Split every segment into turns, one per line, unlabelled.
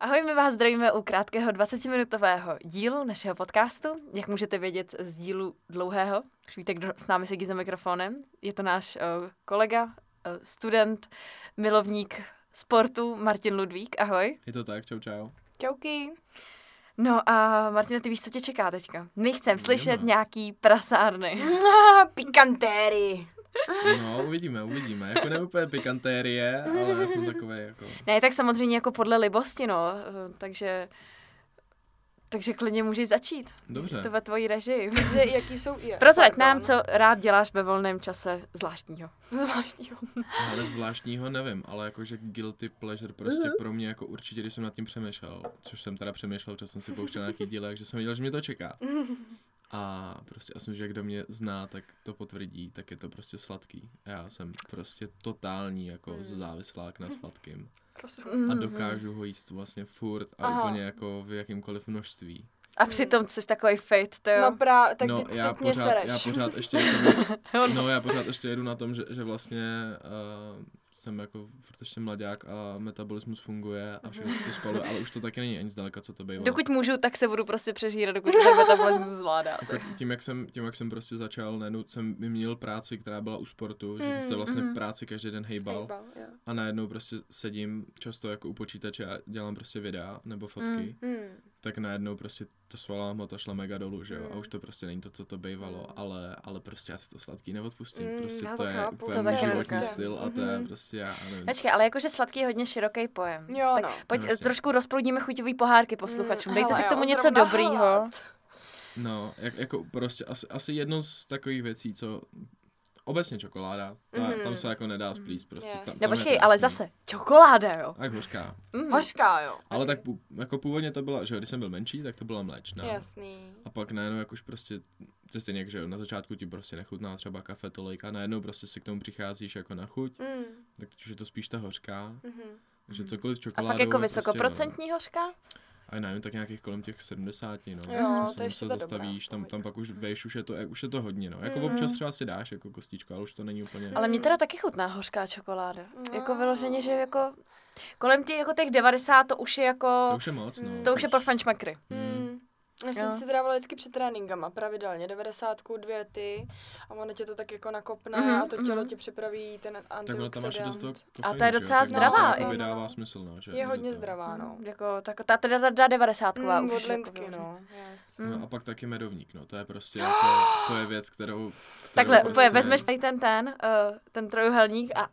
Ahoj, my vás zdravíme u krátkého 20-minutového dílu našeho podcastu. Jak můžete vědět z dílu dlouhého, už víte, kdo s námi sedí za mikrofonem. Je to náš uh, kolega, uh, student, milovník sportu Martin Ludvík. Ahoj.
Je to tak, čau čau.
Čauky.
No a Martina, ty víš, co tě čeká teďka? My chceme
Víme.
slyšet nějaký prasárny.
Pikantéry.
No, uvidíme, uvidíme. Jako ne úplně pikantérie, ale já jsem takový jako...
Ne, tak samozřejmě jako podle libosti, no. Eh, Takže, takže klidně můžeš začít.
Dobře.
Je To ve tvojí režii.
Takže jaký jsou... Je,
Prozrať
pardon.
nám, co rád děláš ve volném čase zvláštního.
Zvláštního.
Ale zvláštního nevím, ale jakože guilty pleasure prostě pro mě jako určitě, když jsem nad tím přemýšlel, což jsem teda přemýšlel, protože jsem si pouštěl nějaký díl, takže jsem věděl, že mě to čeká.
Mm.
A prostě já jsem, že kdo mě zná, tak to potvrdí, tak je to prostě sladký. Já jsem prostě totální jako závislák na sladkým.
Rozumím.
Mhm.
A dokážu ho jíst vlastně furt a
Aha.
úplně jako v jakýmkoliv množství.
A přitom jsi takový fit, to jo.
No právě, tak
no,
teď,
já,
teď mě
pořád,
sereš.
já pořád ještě jako, no, já pořád ještě jedu na tom, že, že vlastně uh, jsem jako furt ještě mlaďák a metabolismus funguje a všechno se to spaluje, ale už to taky není ani zdaleka, co to bývalo.
Dokud můžu, tak se budu prostě přežírat, dokud ten metabolismus zvládá.
Jako tím, jak jsem, tím, jak jsem prostě začal, najednou jsem vyměnil práci, která byla u sportu, že jsem se
Mm,
vlastně v
mhm.
práci každý den hejbal
Hejbal, jo.
a najednou prostě sedím často jako u počítače a dělám prostě videa nebo fotky,
Mm.
Hmm.
tak najednou prostě to svalová hmota šla mega dolů, že jo, a
Mm.
už to prostě není to, co to bývalo, ale, ale prostě já si to sladký neodpustím,
Mm,
prostě
já
to
to
je
chápu.
úplně
To
můj
taky
životní
prostě.
styl a to je
Mhm.
prostě já, já nevím.
Počkej, ale jakože sladký je hodně široký pojem.
Jo,
tak
no.
pojď,
No, jasně.
trošku rozproudíme chuťový pohárky posluchačům.
Mm,
Dejte
hele,
si k tomu
jo,
něco
zrovna
dobrýho.
hlad.
No, jak, jako prostě asi, asi jedno z takových věcí, co obecně čokoláda, ta,
Mhm.
tam se jako nedá splíst prostě.
Yes.
Tam,
Ne,
tam je
No, počkej,
to
ale
jasný.
zase, čokoláda, jo.
A hořká.
Mm.
Hořká, jo.
Ale tak pů, jako původně to byla, že jo, když jsem byl menší, tak to byla mléčná.
Jasný.
A pak najednou jak už prostě, to je stejně jak, že jo, na začátku ti prostě nechutná třeba kafe tolik a najednou prostě si k tomu přicházíš jako na chuť,
Mm,
tak teď už je to spíš ta hořká,
mhm.
že cokoliv
A
čokoládou.
fakt jako
je Prostě,
vysokoprocentní hořka?
no, a nevím, tak nějakých kolem těch 70, no.
Jo,
Tam
to
se
ještě
něco
ta dobrá,
zastavíš,
v
tam,
pohodě.
tam pak už vejš, už je to, už je to hodně, no. Jako
Mhm.
občas třeba si dáš jako kostičku, ale už to není úplně...
Ale mě teda taky chutná hořká čokoláda. Jako
No.
vyloženě, že jako kolem těch, jako těch 90 to už je jako,
To už je moc, no.
to už je
proč-
pro fančmakry.
Mm.
Mm. Já
Jo.
jsem si dávala vždycky před tréninkama, pravidelně, 90 dvě ty a ono tě to tak jako nakopne
Mhm,
a to tělo
mhm.
ti připraví ten
Tak ono tam máš i dost toho
antioxidant.
kofeinu,
A ta je
že jo,
docela
tak ono
zdravá,
To
jo,
jako
no.
vydává smysl, no. Že
Je
do
hodně
toho.
zdravá, no.
Jako, tak, ta teda ta, ta 90 mm,
Mm,
už
od
je jako
Lindky,
vyloženě.
no. Yes.
Mm.
No a pak taky medovník, no, to je prostě jako, to je věc, kterou... kterou
Takhle,
prostě-
úplně vezmeš tady ten ten, uh, ten trojuhelník a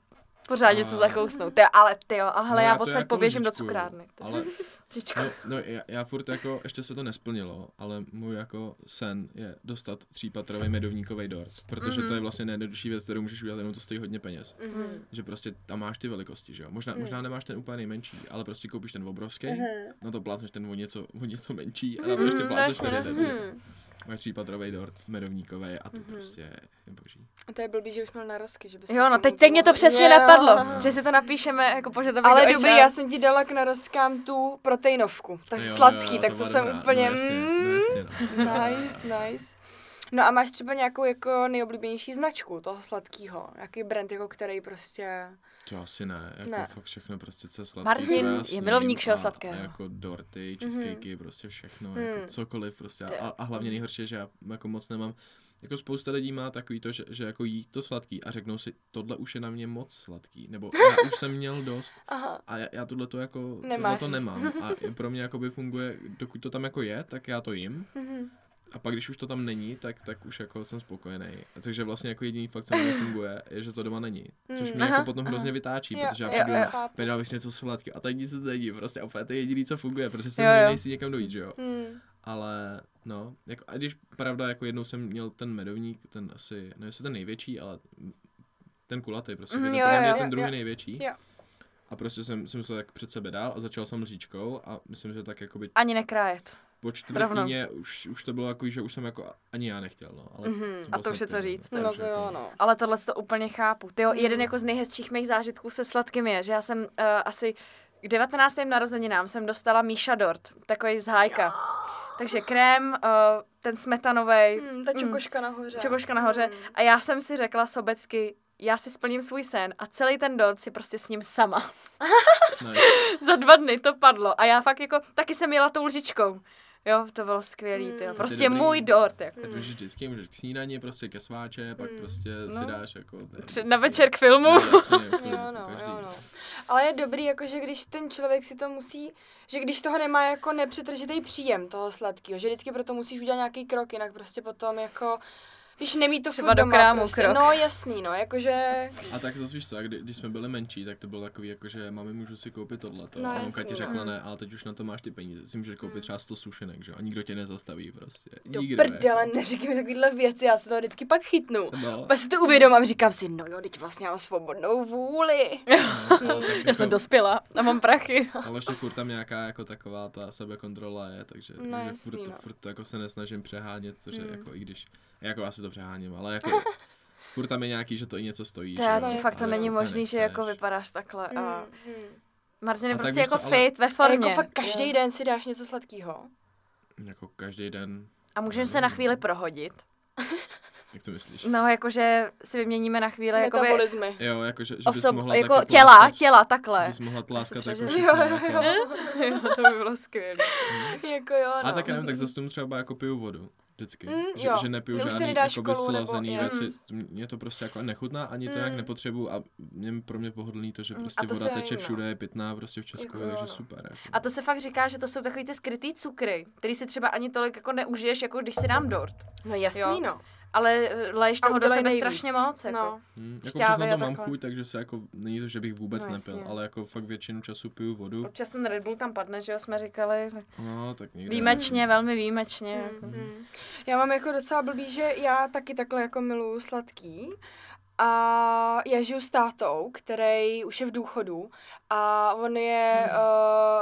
pořádně se
A-
zakousnou. Ty, jo, ale ty jo, ale hele,
No,
já
já to
odsaď
jako
poběžím do
lžičkuju,
cukrárny. Ty,
Ale,
lžičku.
no, no já, já, furt jako, ještě se to nesplnilo, ale můj jako sen je dostat třípatrový medovníkový dort, protože
Mhm.
to je vlastně nejjednodušší věc, kterou můžeš udělat, jenom to stojí hodně peněz.
Mhm.
Že prostě tam máš ty velikosti, že jo? Možná,
Mhm.
možná nemáš ten úplně nejmenší, ale prostě koupíš ten obrovský,
Mhm.
no to plázneš ten o něco, o něco menší a na to ještě
Mhm,
plázneš
jasně,
ten jeden. že jo.
Mhm.
Máš třípatrový dort medovníkový a to
Mhm.
prostě je boží.
To je blbý, že už měl narosky, že bys
Jo, no
potom
teď, teď mě to
mohl-
přesně
Jo. no,
napadlo, že si to napíšeme jako požadavek
Ale
do
dobrý,
HR.
já jsem ti dala k narozkám tu proteinovku, tak
Jo, jo,
sladký,
jo,
tak to
byla
jsem
dobrá.
úplně...
No, jasně,
mm,
no, jasně, no.
Nice, nice. No a máš třeba nějakou jako nejoblíbenější značku toho sladkého? Jaký brand, jako který prostě...
To asi ne, jako
Ne.
fakt všechno prostě co je sladký.
Martin
to já
je
sním
milovník všeho
a-
sladkého.
A jako dorty, cheesecakey, prostě všechno,
Mm.
jako cokoliv prostě.
To-
A, a hlavně
Mhm.
nejhorší je, že já jako moc nemám, jako spousta lidí má takový to, že, že jako jí to sladký a řeknou si, tohle už je na mě moc sladký, nebo já už jsem měl dost
Aha.
a já, já tohle to jako, tohle
Nemáš.
to nemám. A pro mě jakoby funguje, dokud to tam jako je, tak já to jim.
Mhm.
A pak, když už to tam není, tak, tak už jako jsem spokojený. Takže vlastně jako jediný fakt, co mi nefunguje, je, že to doma není. Což
Hmm.
mě
Mm, Aha,
jako potom
aha.
hrozně vytáčí,
Jo,
protože já
jo,
přijdu
jo.
na
Chápu.
pedál bych si něco sladký a tak nic se není. Prostě a úplně to je jediný, co funguje, protože jsem
Jo, jo.
jiný si někam dojít, že jo.
Hmm.
Ale no, jako, a když pravda, jako jednou jsem měl ten medovník, ten asi, nevím, jestli ten největší, ale ten kulatý prostě,
Mhm,
mm,
jo,
jo,
jo,
jo,
jo,
ten druhý
jo.
největší.
Jo.
A prostě jsem, jsem se tak před sebe dál a začal jsem lžičkou a myslím, že tak jakoby
Ani nekrájet.
po čtvrtině už, už to bylo jako, že už jsem jako ani já nechtěl, no. Ale
Mhm.
A to už je co říct,
to
No
už
to
jako-
jo, no.
Ale tohle to úplně chápu. Ty jo,
Mm.
jeden jako z nejhezčích mých zážitků se sladkým je, že já jsem uh, asi k 19. narozeninám jsem dostala Míša Dort, takový z hájka. Takže krém, uh, ten smetanový,
Hmm, ta čokoška nahoře.
čokoška nahoře.
Mm.
A já jsem si řekla sobecky, já si splním svůj sen a celý ten dort si prostě s ním sama.
Nice.
Mhm.
Za dva dny to padlo a já fakt jako, taky jsem jela tou lžičkou. Jo, to bylo skvělý, ty.
Hmm.
Prostě
dobrý.
můj dort, jako.
A to už vždycky můžeš k snídani, prostě ke sváče, pak
Mm.
prostě
No.
si dáš jako... to je
Před,
vždycky-
na večer k filmu.
No, jasně, jako
Jo, no,
každý.
jo, no. Ale je dobrý, jakože když ten člověk si to musí, že když toho nemá jako nepřetržitý příjem toho sladkého, že vždycky proto musíš udělat nějaký krok, jinak prostě potom jako, když nemí to
Třeba
furt
do
doma,
krámu
prostě,
krok.
No jasný, no, jakože,
A tak zase víš co, a kdy, když jsme byli menší, tak to bylo takový jako, že mami můžu si koupit tohleto.
No,
a mamka
jasně,
ti
no. Mhm.
řekla ne, ale teď už na to máš ty peníze. Si můžeš koupit třeba 100 sušenek, že jo? A nikdo tě nezastaví prostě.
do
Nikdo.
prdele, neříkej mi takovýhle věci, já se toho vždycky pak chytnu.
No,
Pak si to uvědomím a říkám si, no jo, teď vlastně mám svobodnou vůli.
no, ale tak
Já jsem
jako-
dospěla a mám prachy.
Ale ještě furt tam nějaká jako taková ta sebekontrola je, takže,
No,
takže
jasný,
furt, to,
no.
furt to jako se nesnažím přehánět, protože
Hmm.
Mm.
jako i když, jako asi to přeháním, ale jako furt tam je nějaký, že to i něco stojí.
To,
že
já,
jo,
to
jasně.
fakt to
ale
není
úplně
možný, že
no, nechceš.
jako vypadáš takhle. A...
Mm.
Martin je
A tak
prostě
víš
jako
co, ale-
fit ve
A
Mm-hmm. formě.
jako fakt každý den si dáš něco sladkého.
Jako každý den,
A můžeme se na chvíli prohodit.
jak to myslíš?
No, jakože si vyměníme na chvíli jakoby
Metabolizmy.
Jo, jako, že, že bys
osob,
mohla
jako
taky
těla,
pláskat,
těla, takhle.
Bys mohla tláskat jako
přeženu.
všechno. jako-
to by bylo skvělé.
Jako jo, no.
A tak já nevím, tak zase tomu třeba jako piju vodu. Vždycky.
Mm,
že,
jo.
že nepiju
Už si
žádný
nedáš
jakoby
kolu nebo-
slazený
yes.
věci. Mě to prostě jako nechutná, ani to nějak
Mm.
nepotřebuju a mě, pro mě pohodlný to, že
Mm,
prostě
a to
voda
se
teče
vím, no.
všude, je pitná prostě v Česku,
Jako jo,
takže
no.
super. Jako.
A to se fakt říká, že to jsou takový ty skrytý cukry, který si třeba ani tolik jako neužiješ, jako když si dám dort.
No jasný,
Jo.
no.
Ale eh, leješ
A
toho do
udělej
sebe
nejvíc.
strašně moc. Jako.
No.
Hmm, jako
šťávy
přes
a
na to mám
takhle.
chuť, takže se jako, není to, že bych vůbec
No,
nepil,
jasně.
ale jako fakt většinu času piju vodu.
Občas ten Red Bull tam padne, že jo, jsme říkali.
No, tak někde.
Výjimečně, velmi výjimečně.
Mm, mm. Já mám jako docela blbý, že já taky takhle jako miluju sladký. A já žiju s tátou, který už je v důchodu a on je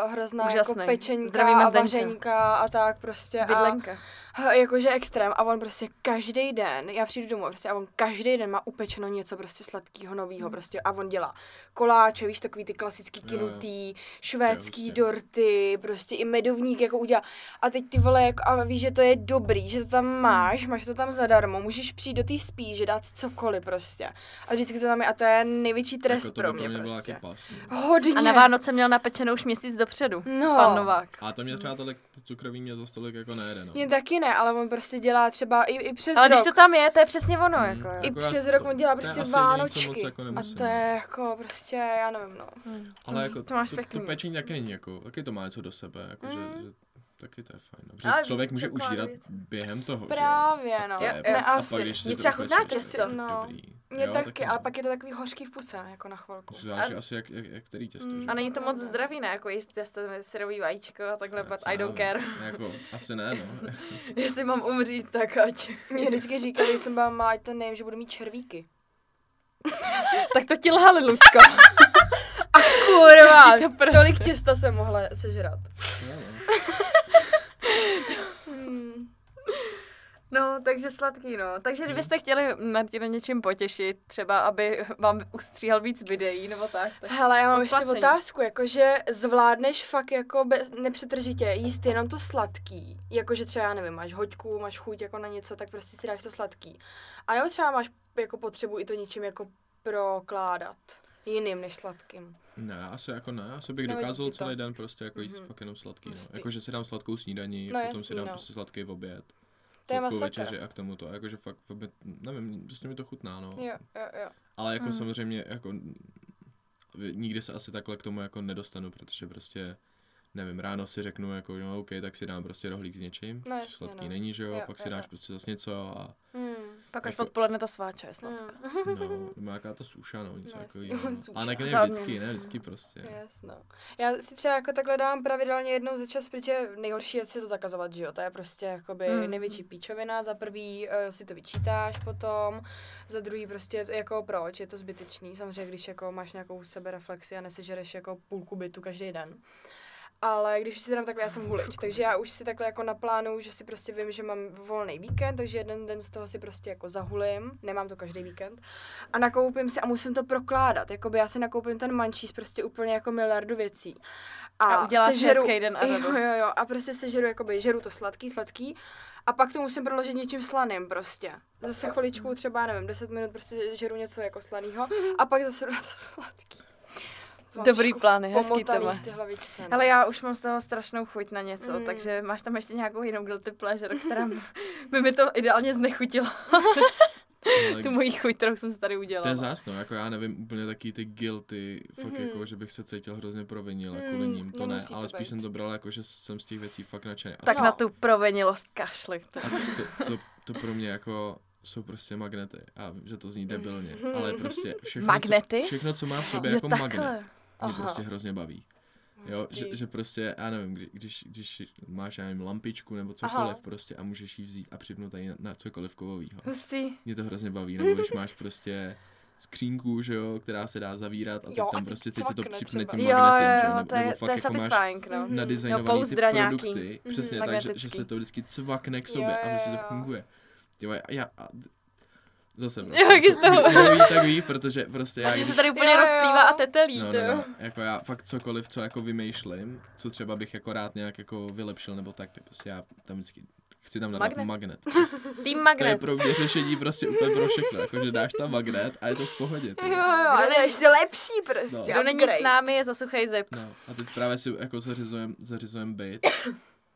uh, hrozná
Úžasnej.
jako pečenka
Hmm. Zdravíme
a
Zdeňka.
vařenka a tak prostě. A,
Bydlenka.
h, jakože extrém. A on prostě každý den, já přijdu domů prostě a on každý den má upečeno něco prostě sladkého nového prostě. A on dělá koláče, víš, takový ty klasický
Hmm. Jo, jo.
kinutý, švédský
hustě.
dorty, prostě i medovník jako udělá. A teď ty vole, jako, a víš, že to je dobrý, že to tam
Hmm.
máš, máš to tam zadarmo, můžeš přijít do té spíže, dát si cokoliv prostě. A vždycky to tam je a to je největší trest
jako to by
pro mě
byl
prostě.
jaký pas. no.
Hodně.
A na Vánoce měl napečeno už měsíc dopředu.
No.
Pan Novák.
A to mě třeba tolik, to cukrový mě zase tolik jako nejede, no.
Jen taky ne, ale on prostě dělá třeba i, i přes
Ale
rok.
když to tam je, to je přesně ono.
Mm.
Jako, jo.
I
Jako já
přes
to-
rok on dělá
to je
prostě
asi jediný, co moc
Vánočky.
jako
a
nemusím,
to je jako prostě, já nevím, no.
Ale
Mm,
jako
to máš
to, to
pěkný.
pečení taky není jako, taky to má něco do sebe, jako
Mm.
že, že taky to je fajn. no. Protože
Ale
člověk může
čokoládu
užírat
je to.
během toho,
Právě, no.
že? jo? A to
Jo, jo.
je prostě-
Ne,
a
asi.
pak, když si
Mě
to
třeba
upečeš,
chutná
tak
těsto.
je to
No.
dobrý.
Mě
Jo,
taky, ale
no.
pak je to takový hořký v puse, jako na chvilku.
Záleží asi, jak, jak, jak který těsto,
Mm.
že?
A není to moc zdravý, ne? Jako jíst testo, syrový vajíčko a takhle, but
Asi
I
ne,
don't
no.
care.
Jako, asi ne, no.
Jestli mám umřít, tak ať.
Mě vždycky říkali, že jsem byla malá, ať to nevím, že budu mít červíky.
tak to ti lhali, Lucko.
Kurva,
Ty to prostě.
tolik těsta jsem mohla sežrat.
Jo, no.
Hmm.
No, takže sladký, no. Takže
Mhm.
kdybyste chtěli Martina něčím potěšit, třeba aby vám ustříhal víc videí nebo tak, tak
Hele, já mám ještě
Uplacení.
otázku, jakože zvládneš fakt jako bez, nepřetržitě jíst jenom to sladký, jakože třeba, já nevím, máš hoďku, máš chuť jako na něco, tak prostě si dáš to sladký. A nebo třeba máš jako potřebu i to něčím jako prokládat, jiným než sladkým.
Ne, já asi jako ne, asi bych
Nevadí
dokázal
ti to?
celý den prostě jako jíst
Mhm.
fakt jenom sladký. No.
Hustý.
Jako, že si dám sladkou snídaní,
No,
potom si
jasný,
dám
no.
prostě sladký v oběd,
To je
sladkou
masakr.
večeři a k tomu to. Jakože fakt, fakt mi- nevím, prostě mi to chutná, no.
Jo, jo, jo.
Ale jako
Mm.
hmm. samozřejmě, jako nikdy se asi takhle k tomu jako nedostanu, protože prostě, nevím, ráno si řeknu jako, no OK, tak si dám prostě rohlík s něčím,
No
no, což
jasně,
sladký
no.
no. není, že jo,
Jo,
pak
jo,
si dáš
jo.
prostě zase něco a
Hmm.
pak až
Jako-
odpoledne ta sváča je sladká.
Hmm.
no, má jaká to suša, no, něco no,
No, jasně,
takového.
suša.
No. A ne, ne,
Žádný.
vždycky, ne, vždycky prostě.
Jasno. no. Já si třeba jako takhle dám pravidelně jednou za čas, protože nejhorší je si to zakazovat, že jo? To je prostě jakoby
Mm.
mm. největší píčovina. Za prvý uh, si to vyčítáš potom, za druhý prostě jako proč, je to zbytečný. Samozřejmě, když jako máš nějakou sebereflexi a nesežereš jako půlku bytu každý den. ale když už si dám takhle, já jsem hulič, takže já už si takhle jako naplánuju, že si prostě vím, že mám volný víkend, takže jeden den z toho si prostě jako zahulím, nemám to každý víkend, a nakoupím si a musím to prokládat, jakoby já si nakoupím ten mančís prostě úplně jako miliardu věcí.
A uděláš hezký den a
jo,
radost.
jo, jo, a prostě sežeru, jakoby, žeru to sladký, sladký, a pak to musím proložit něčím slaným prostě. Zase chviličku třeba, nevím, 10 minut prostě žeru něco jako slaného a pak zase jdu na to sladký. To mám
Dobrý
trošku
plán, hezký
pomotaný
téma.
v té hlavičce, no.
Ale já už mám z toho strašnou chuť na něco,
Hmm.
Mm.
mm. takže máš tam ještě nějakou jinou guilty pleasure, která by- by mi to ideálně znechutila,
Ale
tu moji chuť, kterou jsem si tady
to je
udělala.
zásno, jako já nevím úplně taký ty guilty, fakt
Mhm.
jako, že bych se cítil hrozně provinil jako
Mm,
mm, ním, to ne,
nemusí to
ale
být.
spíš jsem to bral jako, že jsem z těch věcí fakt nadšený. A
Tak
No.
na tu provenilost kašli. To-
A to, to, to, to pro mě jako jsou prostě magnety. A vím, že to zní debilně, ale prostě všechno,
Magnety?
Co, všechno co má v sobě
Jo,
jako magnet,
takhle.
mě
Aha.
prostě hrozně baví. Jo, že,
Hustý.
že prostě, já nevím, kdy- když, když máš, já nevím, lampičku nebo cokoliv
Aha.
prostě a můžeš ji vzít a připnout tady na, na cokoliv kovovýho.
Hustý.
Mě to hrozně baví, nebo když máš prostě skřínku, že jo, která se dá zavírat a teď
Jo, a
tam
teď
prostě teď se to
cvakne
připne
třeba.
tím
Jo,
magnetem, že
jo, jo,
nebo,
to je,
nebo
to je
fakt jako máš
satisfying, no.
Mhm.
Jo,
nadizajnovaný ty
pouzdra nějaký.
produkty,
Mhm.
přesně tak, že, že
Magnetický.
se to vždycky cvakne k
Jo,
sobě a
jo,
prostě
jo.
to funguje. Jo, já, a, zase, no.
Jo, jak je z toho-
kdo ví, tak ví, protože prostě já,
A ty
když,
se tady úplně
Jo, jo.
rozplývá a tetelí,
no,
to
no,
jo.
no, jako já fakt cokoliv, co jako vymýšlím, co třeba bych jako rád nějak jako vylepšil nebo tak, tak prostě já tam vždycky chci tam dát
Magnet.
magnet. magnet.
Tým
To je
magnet.
pro mě řešení prostě úplně pro všechno, jakože dáš tam magnet a je to v pohodě. ty.
Jo, jo, ale je ještě lepší prostě.
Kdo není s
upgrade.
námi, je za suchej zip.
No, a teď právě si jako zařizujem, zařizujem byt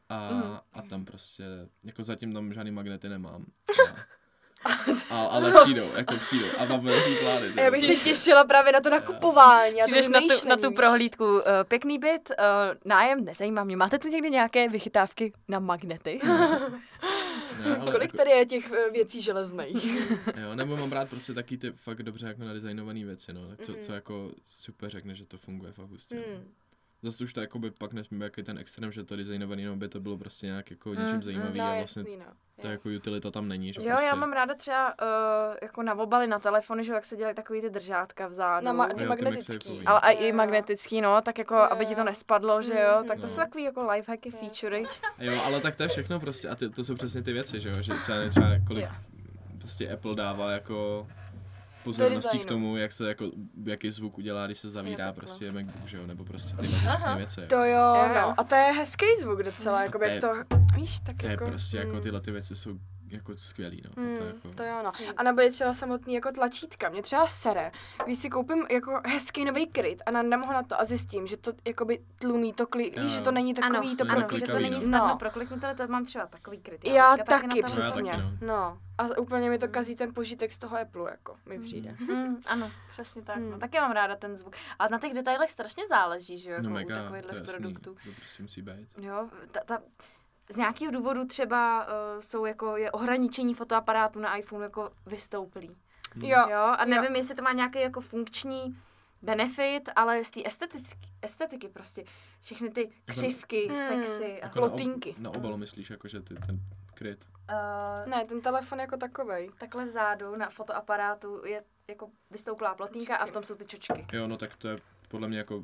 a,
Mhm.
a tam prostě, jako zatím tam žádný magnety nemám. A, a, ale přijdou, jako přijdou. A mám velký plány. ty
A Já bych
jo.
se těšila právě na to nakupování. A to
Přijdeš na tu,
vymýšlení,
na tu
víš.
prohlídku. eh, Pěkný byt, eh, nájem, nezajímá mě. Máte tu někdy nějaké vychytávky na magnety?
Ne, ale
Kolik
jako-
tady je těch eh, věcí železných?
Jo, nebo mám rád prostě taky ty fakt dobře jako nadizajnované věci, no. Co,
Mhm.
co jako super řekne, že to funguje fakt hustě. Mm.
Hmm.
Zase už to jako by pak nesmí být jaký ten extrém, že to designovaný, no by to bylo prostě nějak jako
Mm,
něčím
mm,
zajímavý
No,
a vlastně
jasný, no.
ta jako
Jasný.
utilita tam není, že
Jo,
prostě...
já mám ráda třeba eh, jako na obaly na telefony, že jo, jak se dělají takový ty držátka vzadu.
Na ma-
No, ty
ty
mixej
magnetický.
poví.
ale a
Jo,
i
jo.
magnetický, no, tak jako,
Jo,
aby ti to
jo.
nespadlo, že
Mm,
jo,
mm,
tak to jsou
no.
takový jako lifehacky,
Jasně.
featurey.
Jo, ale tak to je všechno prostě. A ty, to jsou přesně ty věci, že jo? Že třeba, třeba kolik
Jo.
prostě Apple dává jako pozorností k
designu.
tomu, jak se jako, jaký zvuk udělá, když se zavírá
takhle.
prostě MacBook, že jo? Nebo prostě tyhle ty všechny věci. Jo.
To jo,
Jo, jo.
no. A to je hezký zvuk docela, jako
to
jak
je-
to, víš, tak
To je
jako...
prostě jako
hmm.
tyhle ty věci jsou jako skvělý, no. A To
Hmm,
jako...
to jo, no. A nebo je třeba samotný jako tlačítka. Mě třeba sere, když si koupím jako hezký nový kryt a nandám ho na to a zjistím, že to jakoby tlumí to klí,
Jo,
víš, že
jo.
to není takový
ano,
to
není
ano,
takový
že to
klikavý,
není
no.
snadno no.
No.
prokliknout, ale to mám třeba takový kryt.
Já
teďka
taky,
na tom-
přesně.
Já taky,
no. A úplně mi to kazí ten požitek z toho Apple, jako mi přijde.
Mm, ano, přesně tak. No.
Mm.
Taky mám ráda ten zvuk. A na těch detailech strašně záleží, že jo, jako
no
u
mega, to je
takovýchhle
jasný.
produktů.
To prostě musí být.
Jo, ta, ta, z nějakého důvodu třeba uh, jsou jako je ohraničení fotoaparátu na iPhone jako vystouplý.
Hmm.
Jo,
Jo, a nevím, jestli to má nějaký jako funkční benefit, ale z té esteticky- estetiky prostě. Všechny ty křivky,
Mm.
sexy. a-
Jako na ob-
Plotinky.
Na obalu myslíš, jako že ty ten kryt.
Uh,
Ne, ten telefon jako takovej.
takhle vzadu na fotoaparátu je jako vystouplá plotínka a v tom jsou ty čočky.
Jo, no tak to je podle mě jako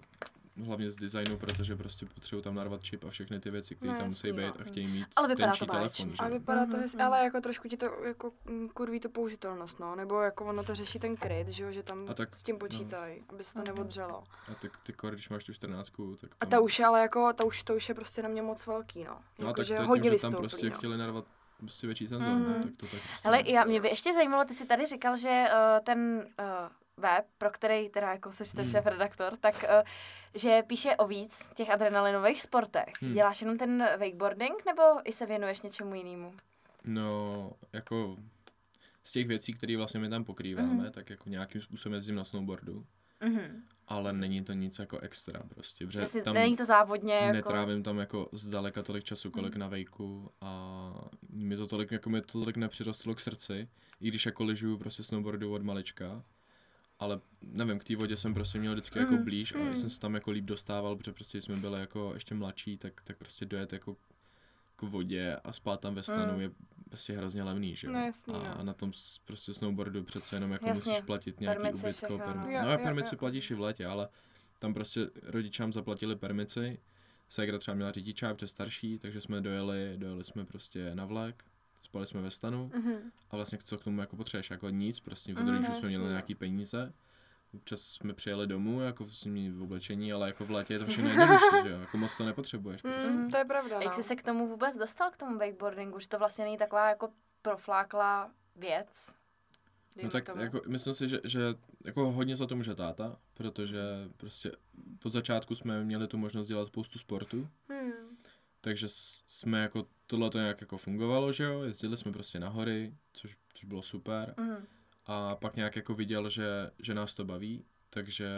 hlavně z designu, protože prostě potřebují tam narvat čip a všechny ty věci, které
No,
tam
jasný,
musí být
no.
a chtějí mít
Ale vypadá
tenčí
to
telefon.
báječně.
Že?
A
jo.
vypadá to
Mhm,
hezky,
mhm.
ale jako trošku ti to jako mm, kurví to použitelnost, no, nebo jako ono to řeší ten kryt, že jo, že tam
A tak- no.
s tím počítají, aby se to
Mhm.
neodřelo.
A tak ty kor, když máš tu 14, tak tam...
A ta už je ale jako, ta už, to už je prostě na mě moc velký, no.
no, a tak
Jakože
to je
hodně
tím, že
vystoupí,
tam prostě
no.
chtěli narvat prostě větší senzor,
Mhm.
no, tak to tak prostě
Ale
je.
já, mě by ještě zajímalo, ty jsi tady říkal, že uh, ten uh, web, pro který teda jako seš ten
Hmm.
šéf redaktor, tak uh, že píše o víc těch adrenalinových sportech.
Hmm.
Děláš jenom ten wakeboarding nebo i se věnuješ něčemu jinému?
No, jako z těch věcí, které vlastně my tam pokrýváme,
Mhm.
tak jako nějakým způsobem jezdím na snowboardu,
Mhm.
ale není to nic jako extra prostě, protože
Jasně,
tam
Není to závodně jako...
netrávím tam jako zdaleka tolik času, kolik
Mm.
na vejku a mi to tolik, jako mi to tolik nepřirostlo k srdci, i když jako lyžuju prostě snowboardu od malička, ale nevím, k té vodě jsem prostě měl vždycky jako
Mhm.
blíž a
Mhm.
jsem se tam jako líp dostával, protože prostě když jsme byli jako ještě mladší, tak, tak prostě dojet jako k vodě a spát tam ve stanu
Mhm.
je prostě hrozně levný, že jo?
Mm. No jasný,
a
no.
na tom s- prostě snowboardu přece jenom jako
Jasně,
musíš platit nějaký
permice,
ubytko,
všechno, no.
permi-
Jo,
no,
jo,
permici
jo.
platíš i v létě, ale tam prostě rodičám zaplatili permici, Segra třeba měla řidiča, protože starší, takže jsme dojeli, dojeli jsme prostě na vlak, spali jsme ve stanu
Mhm.
a vlastně co k tomu jako potřebuješ, jako nic, prostě v
Mhm,
Mm,
rodičů jsme
no, jasně,
měli
no.
nějaký peníze, občas jsme přijeli domů, jako v zimní v oblečení, ale jako v létě je to všechno jednodušší, že jo, jako moc to nepotřebuješ
Mhm,
prostě.
Mm, to je pravda.
A
No.
jak jsi se k tomu vůbec dostal, k tomu wakeboardingu, že to vlastně není taková jako profláklá věc?
No
dejme
tak
tomu.
jako, myslím si, že, že jako hodně za to může táta, protože prostě od začátku jsme měli tu možnost dělat spoustu sportu,
Mhm.
Hmm.
takže s- jsme jako, tohle to nějak jako fungovalo, že jo, jezdili jsme prostě na hory, což, což bylo super
Mhm.
a pak nějak jako viděl, že, že nás to baví, takže,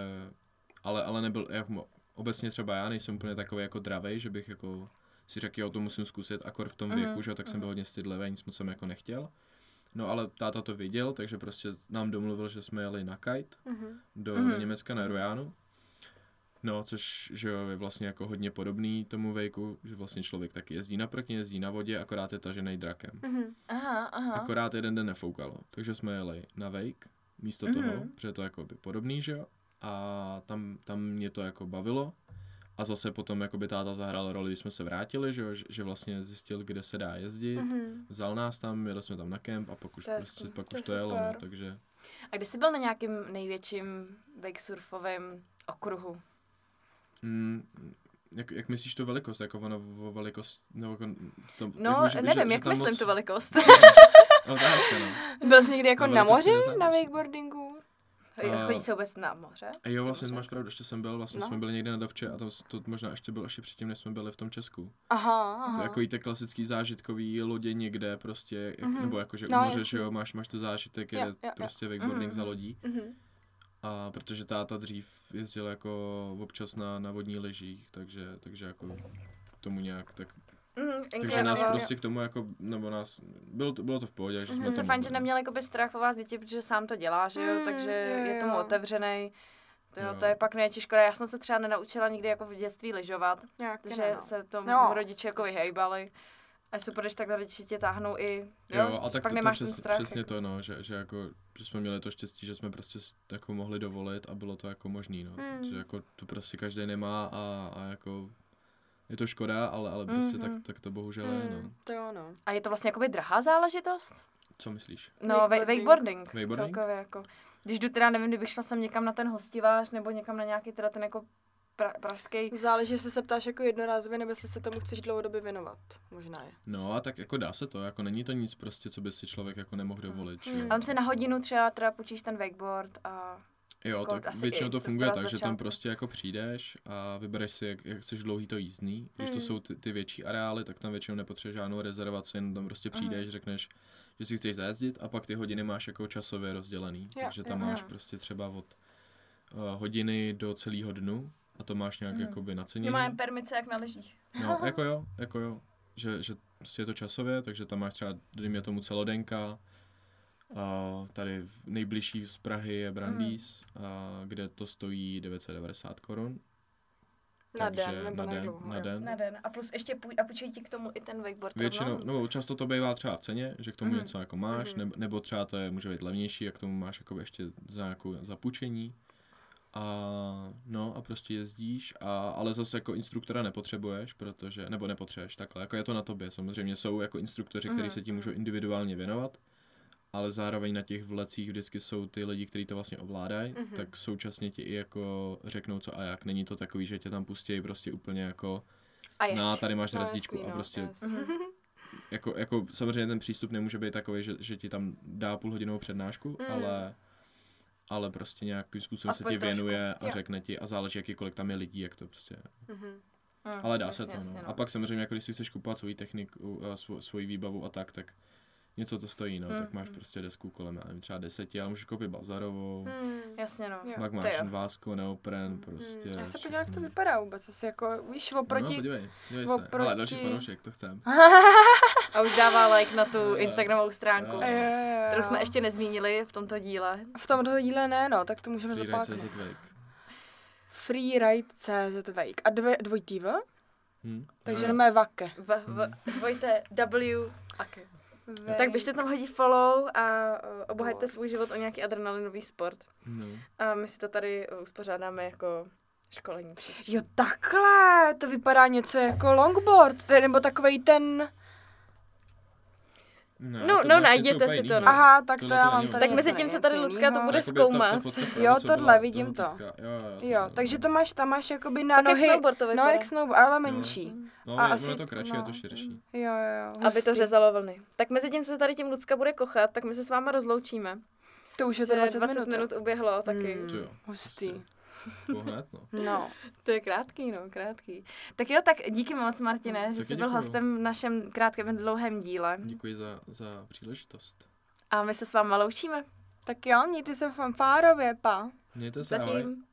ale, ale nebyl, jak, mo- obecně třeba já nejsem úplně takový jako dravej, že bych jako si řekl, jo, to musím zkusit, akor v tom
Mhm,
věku, že jo, tak jsem byl hodně stydlivý, nic moc jsem jako nechtěl. No ale táta to viděl, takže prostě nám domluvil, že jsme jeli na kite
Mhm.
do,
Mhm.
do Německa na Rujánu. No, což že jo, je vlastně jako hodně podobný tomu vejku, že vlastně člověk taky jezdí na prkně, jezdí na vodě, akorát je tažený drakem.
Mhm.
Aha, aha.
Akorát jeden den nefoukalo, takže jsme jeli na Wake místo
Mhm.
mm-hmm. toho, protože to je jako by podobný, že jo? A tam, tam mě to jako bavilo. A zase potom jako by táta zahrál roli, když jsme se vrátili, že, jo? že, že vlastně zjistil, kde se dá jezdit. Mm-hmm.
Mhm.
Vzal nás tam, jeli jsme tam na kemp a pak už
To je
prostě,
skvělý.
pak
To
už
je
to jelo, no,
super.
takže
A kdy jsi byl na nějakým největším wakesurfovém okruhu?
Jako Mm, jak, jak myslíš tu velikost? Jako ono o velikost... Nebo jako, to, tak
No,
může být,
nevím,
že,
jak
že tam
myslím
moc...
tu velikost.
Otázka, no.
Mhm.
Byl jsi někdy jako
No,
na
velikosti
moři,
nezáleží.
na wakeboardingu?
A-
Chodí se vůbec na moře?
A jo, vlastně máš pravdu, ještě jsem byl, vlastně
No.
no. jsme byli někde na Davče a tam s- to možná ještě bylo ještě předtím, než jsme byli v tom Česku.
Aha,
Aha.
aha.
Takový ty klasický zážitkový lodě někde prostě, jak,
Mhm.
mm-hmm. nebo jakože
No,
no, u moře,
jasně.
že jo, máš, máš to zážitek,
Jo,
jede
jo, jo.
prostě wakeboarding
Mhm.
za lodí.
Mhm.
A protože táta dřív jezdil jako občas na, na vodní lyžích, takže, takže jako k tomu nějak tak
Mm,
Takže nás
jo, Mhm, jo.
prostě k tomu jako, nebo nás, bylo to, bylo to v pohodě, že jsme
Jsme se
tam
fajn, že
byli.
neměl jakoby strach o vás děti, protože sám to dělá, že jo,
Mm,
takže
jo,
je tomu
jo.
otevřený. To, jo,
Jo.
to je pak největší škoda. Já jsem se třeba nenaučila nikdy jako v dětství lyžovat,
Nějak
protože
ne, no.
se tomu
No,
rodiče jako
prostě.
vyhejbali. A je super, když takhle rodiče tě táhnou i, jo,
Jo, a
když
tak
pak
to, to
nemáš
přes,
ten strach.
přesně to, no, že, že jako, že jsme měli to štěstí, že jsme prostě s- jako mohli dovolit a bylo to jako možný, no.
Hmm.
Mm.
Že jako to prostě každý nemá a, a jako je to škoda, ale, ale prostě
Mhm. Hmm.
tak, tak to bohužel je, no.
Mm, to jo, no.
A je to vlastně jakoby drahá záležitost?
Co myslíš?
No, wakeboarding,
Wakeboarding.
wakeboarding,
Wakeboarding?
celkově jako. Když jdu teda, nevím, kdybych šla sem někam na ten hostivář nebo někam na nějaký teda ten jako pra, pražský.
Záleží, jestli se ptáš jako jednorázově, nebo jestli se tomu chceš dlouhodobě věnovat. Možná je.
No a tak jako dá se to, jako není to nic prostě, co by si člověk jako nemohl dovolit, že
Mm.
jo.
Hmm. A tam si na hodinu třeba teda půjčíš ten wakeboard a
Jo,
Jako
tak
asi i
většinou to
instruktora
funguje
z
tak, že tam
začátku.
prostě jako přijdeš a vybereš si, jak, jak chceš dlouhý to jízdný. Když to
Hmm.
Mm.
jsou ty, ty větší areály, tak tam většinou nepotřebuješ žádnou rezervaci, jenom tam prostě přijdeš, řekneš, že si chceš zajezdit a pak ty hodiny máš jako časově rozdělený.
Jo,
Takže tam
jo.
máš
Aha.
prostě třeba od uh, hodiny do celého dnu a to máš nějak
Mm.
jakoby naceněný.
máme permice jak na lyžích.
No, jako jo, jako jo. Že, že prostě je to časově, takže tam máš třeba, dejme tomu, celodenka. A tady v- nejbližší z Prahy je Brandýs,
Mm.
a kde to stojí 990 korun.
Na
takže
den, nebo
na den,
dlouho,
na
jo.
den.
Na den. A plus ještě půj, a půjčují ti k tomu i ten wakeboard.
Většinou, no, nebo často to bývá třeba v ceně, že k tomu
Mhm.
něco jako máš,
Mhm.
nebo, nebo třeba to je, může být levnější, jak k tomu máš jako ještě za nějakou zapučení. A no a prostě jezdíš, a, ale zase jako instruktora nepotřebuješ, protože, nebo nepotřebuješ takhle, jako je to na tobě, samozřejmě jsou jako instruktoři, kteří
Mhm,
se ti můžou individuálně věnovat, ale zároveň na těch vlecích vždycky jsou ty lidi, kteří to vlastně ovládají,
Mhm.
tak současně ti i jako řeknou co a jak, není to takový, že tě tam pustí prostě úplně jako,
A jeď.
na, tady máš
No,
razdičku
jasný,
a
no,
prostě
jasný.
Mhm.
jako, jako samozřejmě ten přístup nemůže být takový, že, že ti tam dá půlhodinovou přednášku,
Mm.
mm. ale ale prostě nějakým způsobem
Aspoň
se ti
trošku,
věnuje a
jo.
řekne ti a záleží, jaký kolik tam je lidí, jak to prostě.
Mhm.
Mhm,
Ale dá
jasně,
se to,
jasně,
no. A pak samozřejmě, jako když si chceš kupovat svoji techniku, a svo, svoji výbavu a tak, tak něco to stojí, no.
Mm,
Tak máš
Mm-hmm.
mm.
prostě desku kolem, já nevím, třeba deseti, ale můžeš koupit bazarovou,
Hmm.
Jasně, no.
Jo. Mm-hmm.
pak
To
máš
jo.
vásku, neopren,
Mm.
Mhm. prostě.
Já se
všechno.
podívám, jak to vypadá vůbec. Asi jako, víš, oproti...
No, podívej, podívej se.
oproti-
Ale další fanoušek, to chcem.
A už dává like na tu
Jo.
Instagramovou stránku,
Jo.
Jo, jo, jo.
kterou jsme ještě nezmínili v tomto díle.
V tomto díle ne, no, tak to můžeme
Freeride.cz
zopakovat.
Wake.
Freeride.cz Wake. A dvě, dvojitý V?
Hm?
Takže
Jo,
jenom je vake.
V, v,
Hmm.
dvojte W. Okay.
Wake.
Tak běžte tam hodit follow a eh, obohaťte svůj život o nějaký adrenalinový sport.
No.
A my si to tady eh, uspořádáme jako školení příští.
Jo, takhle, to vypadá něco jako longboard, te- nebo takový ten...
No, Ne,
No,
to
no,
bude něco
najděte
úplně
si to,
jiného.
no.
Aha, tak to
Tohle
já
to
mám
není
tady.
Tak mezi
něco
tím, co tady
jiného.
Lucka to bude
Jakoby ta- ta
zkoumat.
fotka právě,
Jo,
co
tohle,
byla
vidím
toho
to.
týpka. Jo, jo,
Jo,
tohle,
takže
no.
to máš, tam máš jakoby na
Tak jak
nohy...
snowboard to
no,
vypadá.
jak snowboard, ale menší.
No,
a
je,
asi-
ono je to kratší, je
no.
to širší.
Jo, jo, jo.
Aby to
hustý.
řezalo vlny. Tak mezi tím, co se tady tím Lucka bude kochat, tak my se s váma rozloučíme.
To už je to
Že
20,
20 minut
jo.
uběhlo taky.
Mm.
To jo.
Hustý.
Pohnat, no.
No.
To je krátký, no, krátký. Tak jo, tak díky moc, Martine,
No,
že
Taky
jsi byl
děkuju.
hostem v našem krátkém dlouhém díle.
Děkuji za, za příležitost.
A my se s váma loučíme.
Tak jo, mějte se fanfárově, pa.
Mějte se, ahoj.
Zatím.